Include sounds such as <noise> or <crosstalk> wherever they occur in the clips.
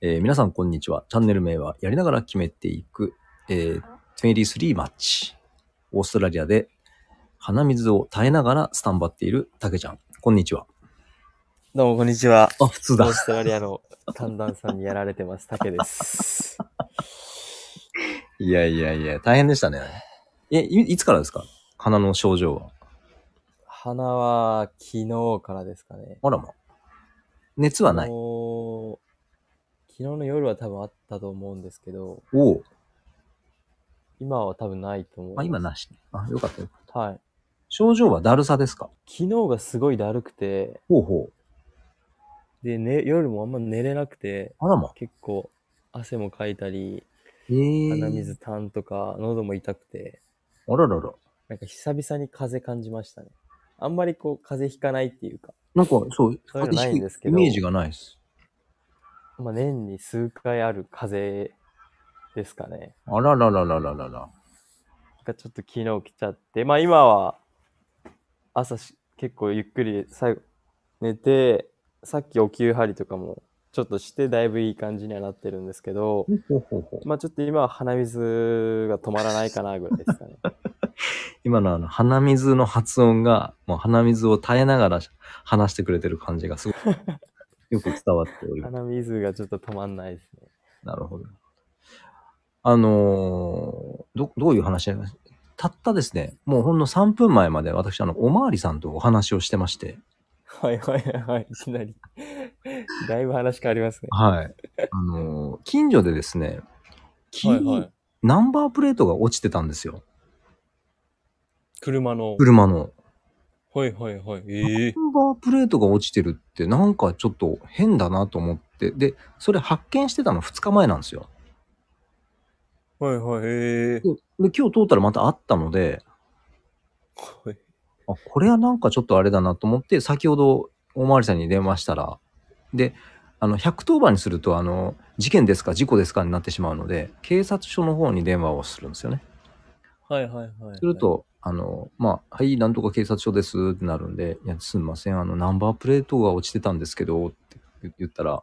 えー皆さん、こんにちは。チャンネル名は、やりながら決めていく、えー、23マッチ。オーストラリアで、鼻水を耐えながらスタンバっているたけちゃん。こんにちは。どうも、こんにちは。あ、普通オーだ。ストラリアの寒暖差にやられてます、竹です。いやいやいや、大変でしたね。え、いいつからですか鼻の症状は。花は昨日からですかね。あらま。熱はない。もう昨日の夜は多分あったと思うんですけど、おお。今は多分ないと思う。あ、今なしね。あ、よかったよ。はい。症状はだるさですか昨日がすごいだるくて、ほうほう。で、ね、夜もあんま寝れなくて、あらま。結構汗もかいたり、えー鼻水たんとか、喉も痛くて、あららら。なんか久々に風感じましたね。あんまりこう風邪ひかないっていうか、なんか、そう、そういうのないんですけイどメージがないです。まあ、年に数回ある風邪ですかね。あららららららら。がちょっと昨日来ちゃって、まあ今は朝し結構ゆっくり最後寝て、さっきお給張りとかもちょっとしてだいぶいい感じにはなってるんですけど、ほうほうほう。まあちょっと今は鼻水が止まらないかなぐらいですか <laughs> ね。今のあの、鼻水の発音が、もう鼻水を耐えながら話してくれてる感じがすご <laughs> くよく伝わっております。鼻水がちょっと止まんないですね。なるほど。あのーど、どういう話し合いますたったですね、もうほんの3分前まで私、あの、おまわりさんとお話をしてまして、はいはいはいはい、いきなり。 <laughs> だいぶ話変わりますね。はい。あのー近所でですね、木はいにはい。ナンバープレートが落ちてたんですよ。車の。車の。はいはいはい。ええナンバープレートが落ちてるって、なんかちょっと変だなと思って、で、それ発見してたの2日前なんですよ。はいはい。えで、えで今日通ったらまたあったので、はいあ、これはなんかちょっとあれだなと思って、先ほどおまわりさんに電話したら、で、あの、110番にすると、あの、事件ですか、事故ですかになってしまうので、警察署の方に電話をするんですよね。はいはいはい。すると、あの、まあ、はい、なんとか警察署ですってなるんで、いや、すみません、あの、ナンバープレートが落ちてたんですけど、って言言ったら、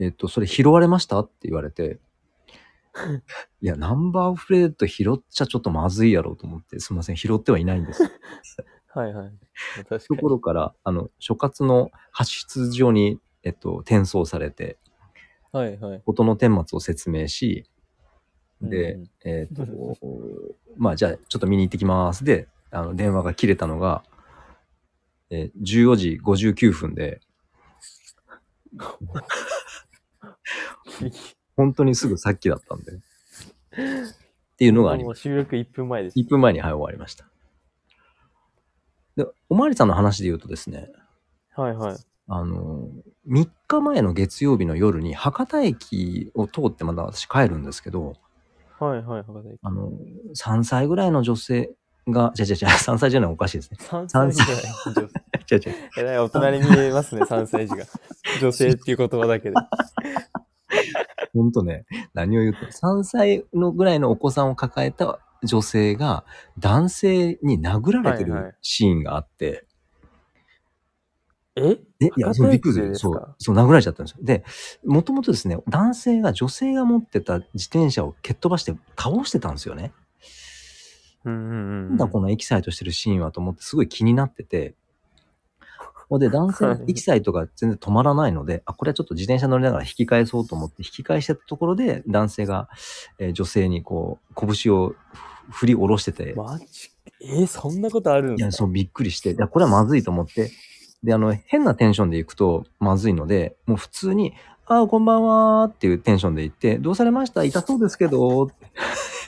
えっと、それ拾われましたって言われ <laughs> て、いや、ナンバープレート拾っちゃちょっとまずいやろうと思って、すみません、拾ってはいないん <laughs> です。はいはい。確ところから、あの、所轄の発出所に、えっと、転送されて、はいはい。事の顛末を説明し、で、うんえっ、と、まあ、じゃあ、ちょっと見に行ってきます。で、あの、電話が切れたのが、えー14時59分で、本当にすぐさっきだったんで。っていうのがありもまう収録1分前ですす。。1分前に、はい、終わりました。で、おまわりさんの話で言うとですね、はいはい。あの、3日前の月曜日の夜に博多駅を通ってまた私帰るんですけど、はいはい。博多駅あの、3歳ぐらいの女性が、じゃじゃ <laughs> じゃ、3歳じゃないおかしいですね。 <laughs> 3歳児が女性。じゃじゃえらい大人に見 <laughs> えますね、3歳児が。女性っていう言葉だけで。ほんとね、何を言って、3歳のぐらいのお子さんを抱えた女性が男性に殴られてはいはいるシーンがあって、ええいや、そうびっくりする。ですそかう、そう、殴られちゃったんですよ。で、もともとですね、男性が女性が持ってた自転車を蹴っ飛ばして倒してたんですよね。うんうんうなんん。だこのエキサイトしてるシーンはと思ってすごい気になってて。ほんで、男性のエキサイトが全然止まらないので、あ、これはちょっと自転車乗りながら引き返そうと思って引き返してたところで、男性が、えー女性にこう、拳をふ振り下ろしてて、マジえ、そんなことあるんいでや、すそうびっくりして、いや、これはまずいと思って、で、あの、変なテンションで行くとまずいので、もう普通に、ああ、こんばんはーっていうテンションで行って、どうされました痛そうですけどーって <laughs>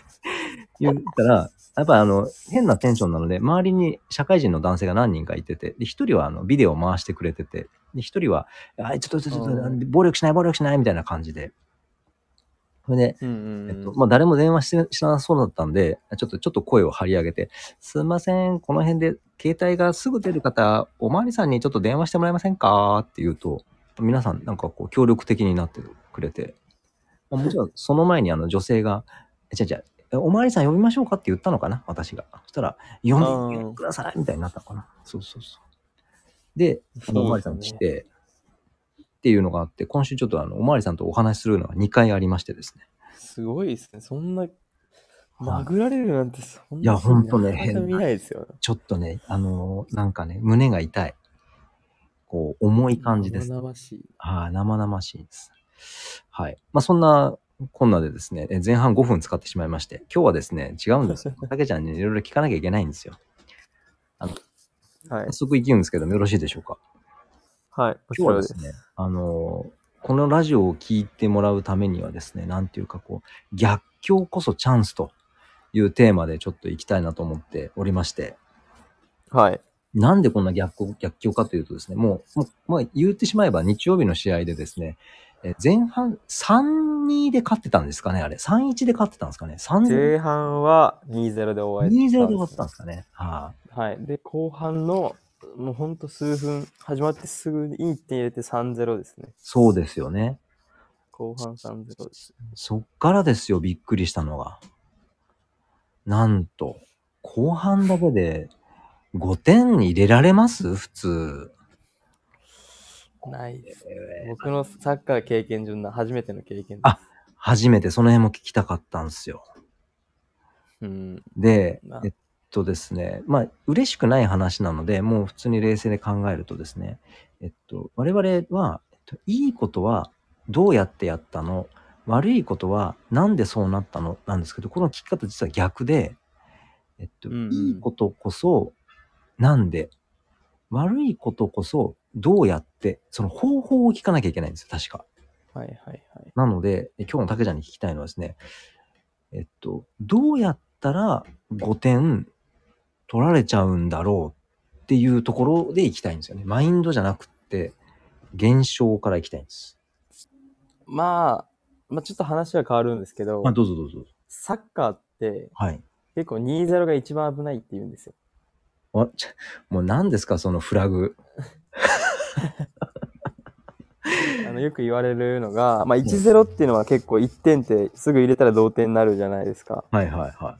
言ったら、やっぱあの、変なテンションなので、周りに社会人の男性が何人かいてて、で、一人はあの、ビデオを回してくれてて、で、一人は、あい、ちょっと、ちょっとちょっとあー暴力しない、暴力しない、みたいな感じで。それで、かうんえうっんうと、ん。まあ、誰も電話してしなそうだったんで、ちょっと、ちょっと声を張り上げて、すいません、この辺で携帯がすぐ出る方、おまわりさんにちょっと電話してもらえませんかって言うと、皆さんなんかこう協力的になってくれて、まあもちろんその前にあの女性が、えじゃあじゃあえおまわりさん呼びましょうかって言ったのかな、私が。そしたら、呼んであーくださいみたいになったのかな。そうそうそう。で、あのおまわりさん来て、っていうのがあって、今週ちょっとあの、おまわりさんとお話しするのが2回ありましてですね。すごいですね。そんな、はい殴られるなんて、そんいやほんとねなかなか見ないですよ。ちょっとね、あのーなんかね、胸が痛い。こう、重い感じです。生々しい。はい、生々しいです。はい。まあ、そんな、こんなでですね、え前半5分使ってしまいまして、今日はですね、違うんです <laughs> よ。たけちゃんにいろいろ聞かなきゃいけないんですよ。はい早。速行きうんですけども、よろしいでしょうか。はい。今日はですね、あのーこのラジオを聞いてもらうためにはですね、なんていうかこう、逆境こそチャンスというテーマでちょっと行きたいなと思っておりまして、はい。なんでこんな逆境逆境かというとですね、もう、もうまあ、言ってしまえば日曜日の試合でですね、え前半3-2で勝ってたんですかね、あれ。3-1で勝ってたんですかね。3-0。前半は2-0で終わり2-0で終わってたんですかね。ははい。で、後半の、もうほんと数分、始まってすぐに1点入れて3-0ですねい。。そうですよね。後半3-0です。そっからですよ、びっくりしたのが。なんと、後半だけで5点入れられます普通。ないです。僕のサッカー経験上の初めての経験です。あ初めてその辺も聞きたかったんですよ。うん。でまあ、えっとですね、まあ、嬉しくない話なので、もう普通に冷静で考えるとですね、えっと、我々は、えっといいことはどうやってやったの悪いことはなんでそうなったのなんですけど、この聞き方実は逆で、えっと、うんうんいいことこそなんで、悪いことこそどうやって、その方法を聞かなきゃいけないんですよ、確か。はいはいはい。なので、え今日の竹ちゃんに聞きたいのはですね、えっと、どうやったら5点取られちゃうんだろうっていうところでいきたいんですよね。マインドじゃなくって、現象からいきたいんです。まあ、まあちょっと話は変わるんですけど、まあ、どうぞどうぞ。サッカーってはい。結構2-0が一番危ないって言うんですよ。あちょもう何ですか、そのフラグ。あのよく言われるのが、まあ、1-0っていうのは結構1点ってすぐ入れたら同点になるじゃないですか。はいはいは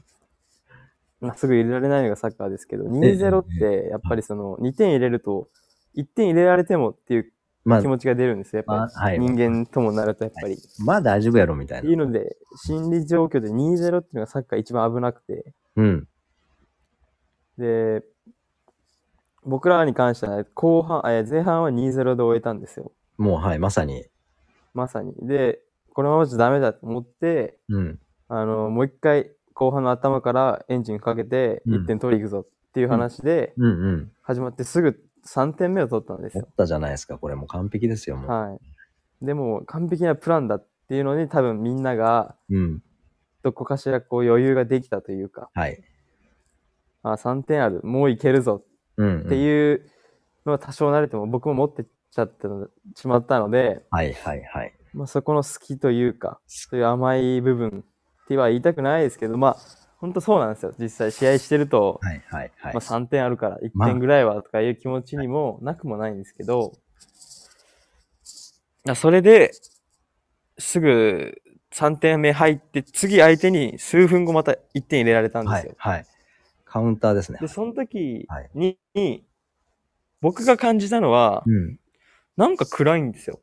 まあ、すぐ入れられないのがサッカーですけど、2-0ってやっぱりその2点入れると、1点入れられてもっていうい。まあ気、持ちが出るんですよ。やっまあはぱいり人間ともなるとやっぱり。まあ大丈夫やろみたいいいな。ので、心理状況で2-0っていうのがサッカー一番危なくて、うん。で、僕らに関しては後半、えー前半は2-0で終えたんですよ。もうはい、まさに。まさに。で、このままじゃダメだと思って、うん。あの、もう一回後半の頭からエンジンかけてうん1点取りに行くぞっていう話で、うんうん。始まってすぐ3点目を取ったんです持っよ。たじゃないですか、これもう完璧ですよ、もう。はい。でも、完璧なプランだっていうのに多分みんなが、うん。どこかしらこう余裕ができたというか、はい。あ、3点ある、もういけるぞうん、うん。ってう。いうのは多少慣れても僕も持ってっちゃってのしまったので、はいはいはい。まあ、そこの好きというか、そういう甘い部分っては言いたくないですけど、まあ、本当そうなんですよ。実際試合してると、はいはいはい。まあ、3点あるから1まあ点ぐらいはとかいう気持ちにもなくもないんですけど、あそれですぐ3点目入って、次相手に数分後また1点入れられたんですよ。はい、はい。カウンターですね。で、その時はいに、僕が感じたのは、うん。なんか暗いんですよ。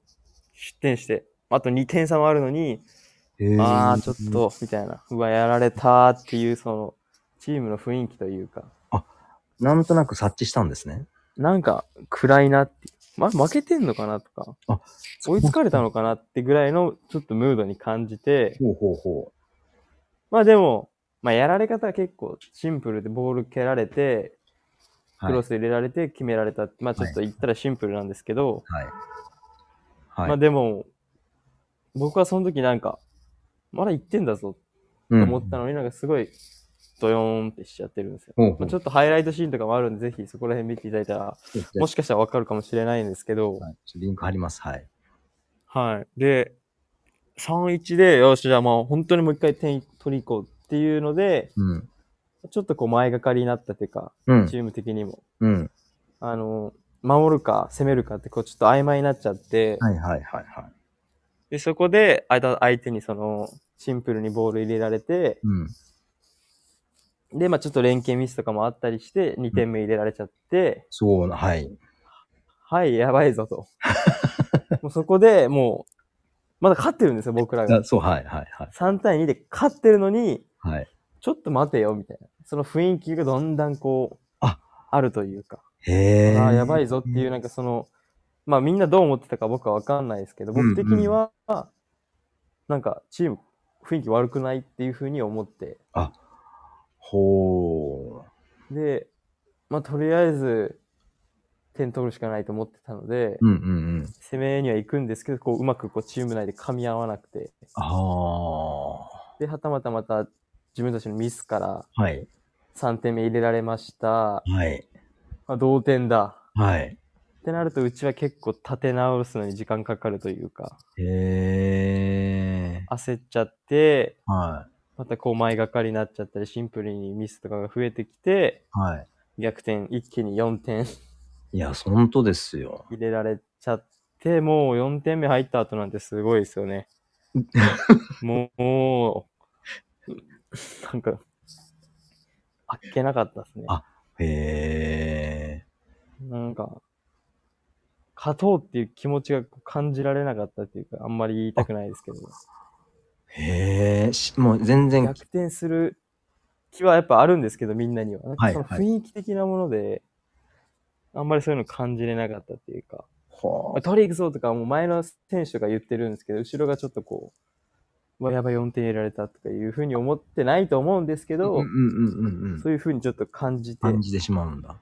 失点して。あと2点差もあるのに、えーああ、ちょっ。と、みたいな。うわ、やられたーっていう、その、チームの雰囲気というか、なんとなく察知したんですね。なんか暗いなって。ま、負けてんのかなとか、追いつかれたのかなってぐらいの、ちょっとムードに感じて、ほうほうほまあでも、まあやられ方は結構シンプルで、ボール蹴られて、う。クロス。ス入れられて決められたって、まあちょっと言ったらシンプルなんですけど、はい。はい。まあでも、僕はその時なんか、まだ1点だぞうん、思ったのになんかすごいドヨーンってしちゃってるんですよ。ほうほうまあ、ちょっとハイライトシーンとかもあるんで、ぜひそこら辺見ていただいたら、もしかしたらわかるかもしれないんですけど、はいちょっとリンク貼ります。はい。はい。で、3-1で、よし、じゃあもう本当にもう一回点取り行こうっていうので、うん。ちょっとこう前がかりになったというか、うんチ。ーム的にも。うん。あの、守るか攻めるかってこうちょっと曖昧になっちゃって、はいはいはいはい。で、そこで相手相手にその、シンプルにボール入れられて、うん。で、まあちょっと連携ミスとかもあったりして、2点目入れられちゃって、そうな、はい。 <laughs> はい、やばいぞと。もうそこでもう、まだ勝ってるんですよ、僕らがあ。そう、はい、はい、はい。 3対2で勝ってるのに、はい。ちょっと待てよ、みたいな。その雰囲気がだんだんこう、あるというか、へえ。ああ、やばいぞっていう、なんかその、まあみんなどう思ってたか僕はわかんないですけど、うんうん僕的には、なんかチーム、雰囲気悪くないっていうふうに思って、ほで、まあとりあえず、点取るしかないと思ってたのでう。、うんうんうん。攻めには行くんですけど、こう、うまくこう、チーム内で噛み合わなくて、ああ。はで、はたまたまた自分たちのミスからい。 3点目入れられました。はい。まあ、同点だ。はい。ってなると、うちは結構立て直すのに時間かかるというか、へえ。焦っちゃって、はまたこう前がかりになっちゃったり、シンプルにミスとかが増えてきて、い。はい。逆転、一気に4点 <laughs> いや、本当ですよ。入れられちゃって、もう4点目入った後なんてすごいですよね。もう、もう、なんか、あっけなかったですね。あへえ。なんか、勝とうっていう気持ちが感じられなかったっていうか、あんまり言いたくないですけど、へえ。しもう全然逆、転する気はやっぱあるんですけど、みんなには。なんはかいその雰囲気的なもので、あんまりそういうの感じれなかったっていうか、ほまあ、取り行くぞとか、もう前の選手とか言ってるんですけど、後ろがちょっとこう、うわやばい4点入れられたとかいうふうに思ってないと思うんですけうど、うんうんうんうんそういうふうにちょっと感じて、感じてしまうんだ。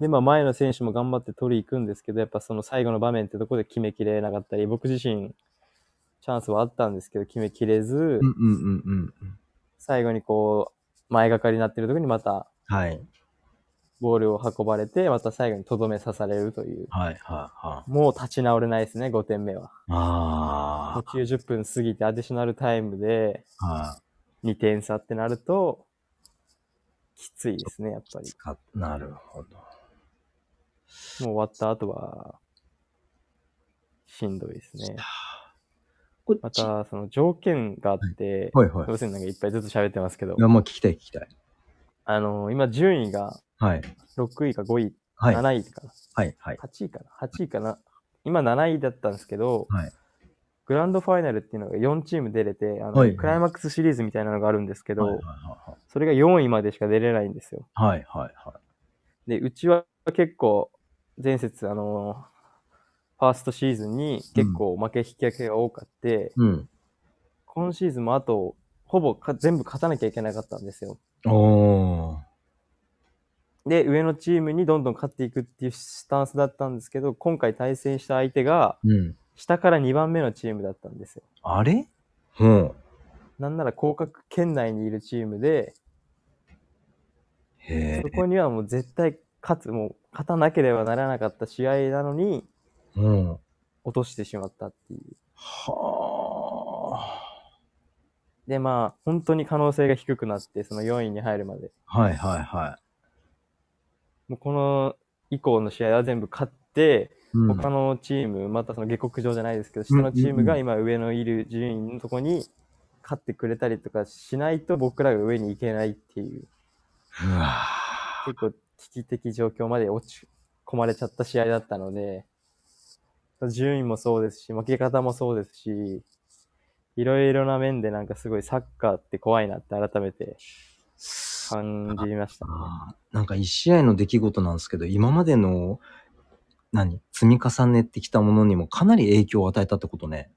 で、まあ前の選手も頑張って取り行くんですけど、やっぱその最後の場面ってとこで決めきれなかったり、僕自身、チャンスはあったんですけど、決めきれずう、んうんうんうん。最後にこう、前がかりになってるとこにまたはい。ボールを運ばれて、また最後にとどめ刺されるという。はいはいはい。もう立ち直れないですね、5点目は。もうあ90分過ぎてアディショナルタイムであ。はい。 2点差ってなると、きついですね、やっぱり。かなるほど。もう終わった後は、しんどいですね。これま、た、その条件があって、はいはい。要するになんかいっぱいずっと喋ってますけどい、や、もう聞きたい聞きたい。あの今順位がはい。 6位か5位、はい。 7位かな、はい。はい。 8位かな、8位かな、今7位だったんですけど、はいグランドファイナルっていうのが4チーム出れて、あのはいクライマックスシリーズみたいなのがあるんですけど、はいそれが4位までしか出れないんですよ。はいはい。で、うちは結構、前節、あのファーストシーズンに結構負け引き分けが多かって、うん。今シーズンもあと、ほぼか全部勝たなきゃいけなかったんですよ。おー。で、上のチームにどんどん勝っていくっていうスタンスだったんですけど、今回対戦した相手が、うん。下から2番目のチームだったんですよ。あれうん。なんなら降格圏内にいるチームで、へえそ。こにはもう絶対勝つ、もう勝たなければならなかった試合なのに、うん。落としてしまったっていう。はで、まあ、本当に可能性が低くなって、その4位に入るまで。あ。はいはいはもうこの以降の試合は全部勝って、い。うん他のチーム、またその下克上じゃないですけど、下のチームが今上のいる順位のとこに勝ってくれたりとかしないと僕らが上に行けないっていう、うわ結構危機的状況まで落ち込まれちゃった試合だったので、順位もそうですし、負け方もそうですし、いろいろな面でなんかすごいサッカーって怖いなって改めてぁ感じましたね。あーなんか一試合の出来事なんですけど、今までの、何積み重ねてきたものにもかなり影響を与えたってことね。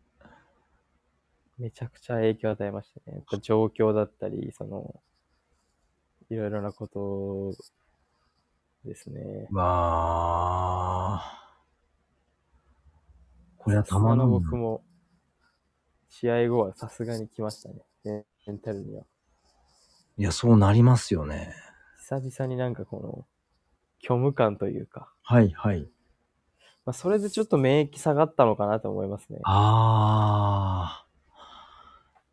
めちゃくちゃ影響を与えましたね。やっぱ状況だったり、その、いろいろなことですね。うわあ。これはたそまのらんな僕も、試合後はさすがに来ましたね。メメンタルには。いや、そうなりますよね。久々になんかこの、虚無感というか、はいはい。まあ、それでちょっと免疫下がったのかなと思いますね。ああ。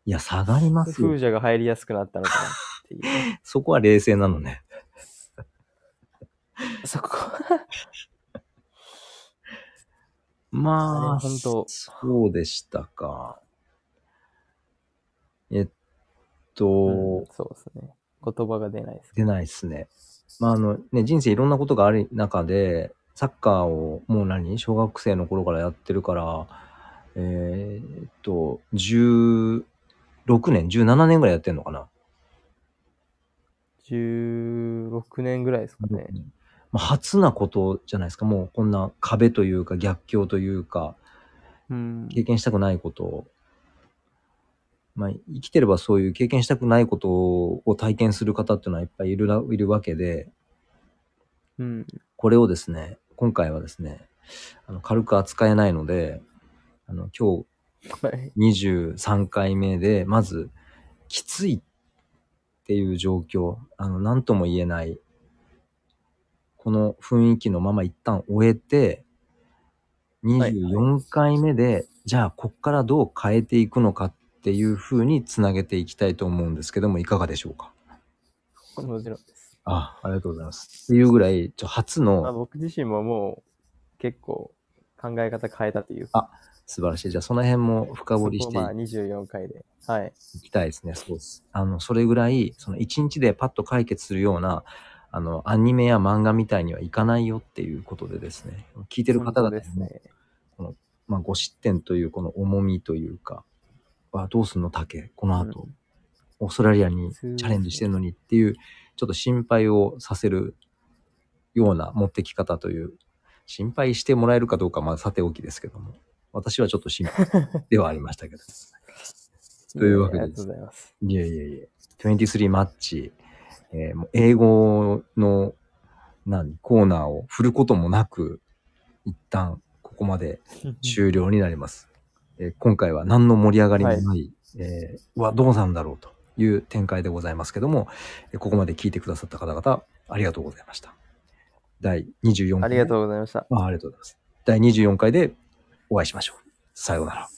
いや、下がります風よ。邪が入りやすくなったのかなって <laughs> いう。そこは冷静なのね。そこまあ、あれ本当そうでしたか。えっと、うんそうですね。言葉が出ないですけ出ないですね。まあ、あの、ね、人生いろんなことがある中で、サッカーをもう何小学生の頃からやってるから、えーっと、16年、17年ぐらいやってんのかな。 16年ぐらいですかね。まあ、初なことじゃないですか。もうこんな壁というか逆境というか、うん。経験したくないことを、まあ、生きてればそういう経験したくないことを体験する方っていうのはいっぱいいるないるわけで、うん。これをですね、今回はですね、あの軽く扱えないので、あの今はい。日23回目で、まず、きついっていう状況、あの、何とも言えない、この雰囲気のまま一旦終えて、はい24回目で、じゃあ、こっからどう変えていくのかっていうふうにつなげていきたいと思うんですけども、いかがでしょうかもちろんです。あありがとうございます。っていうぐらい、ちょ初まあ、の、僕自身ももう結構考え方変えたというか、素晴らしい。じゃあ、その辺も深掘りしそてこいをまあ24回で。はい。行きたいですね。そうです。あの、それぐらい、その一日でパッと解決するような、あの、アニメや漫画みたいにはいかないよっていうことでですね、聞いてる方々本当にですね。まあ、ご失点というこの重みというか、あどうすんの、竹、この後、オーストラリアにチャレンジしてるのにっていう、ちょっと心配をさせるような持ってき方という、心配してもらえるかどうかはまあさておきですけども、私はちょっと心配ではありましたけど。というわけでありがとうござい <laughs> ます。いえいえいえ、23マッチ、えーもう英語の何コーナーを振ることもなく、一旦ここまで終了になります。えー今回は何の盛り上がりもない、えーうわ、どうなんだろうという展開でございますけども、えーここまで聞いてくださった方々、ありがとうございました。第24回。ありがとうございました。あありがとうございます。第24回でお会いしましょう。さようなら。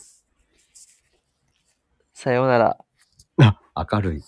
さようなら。明るい。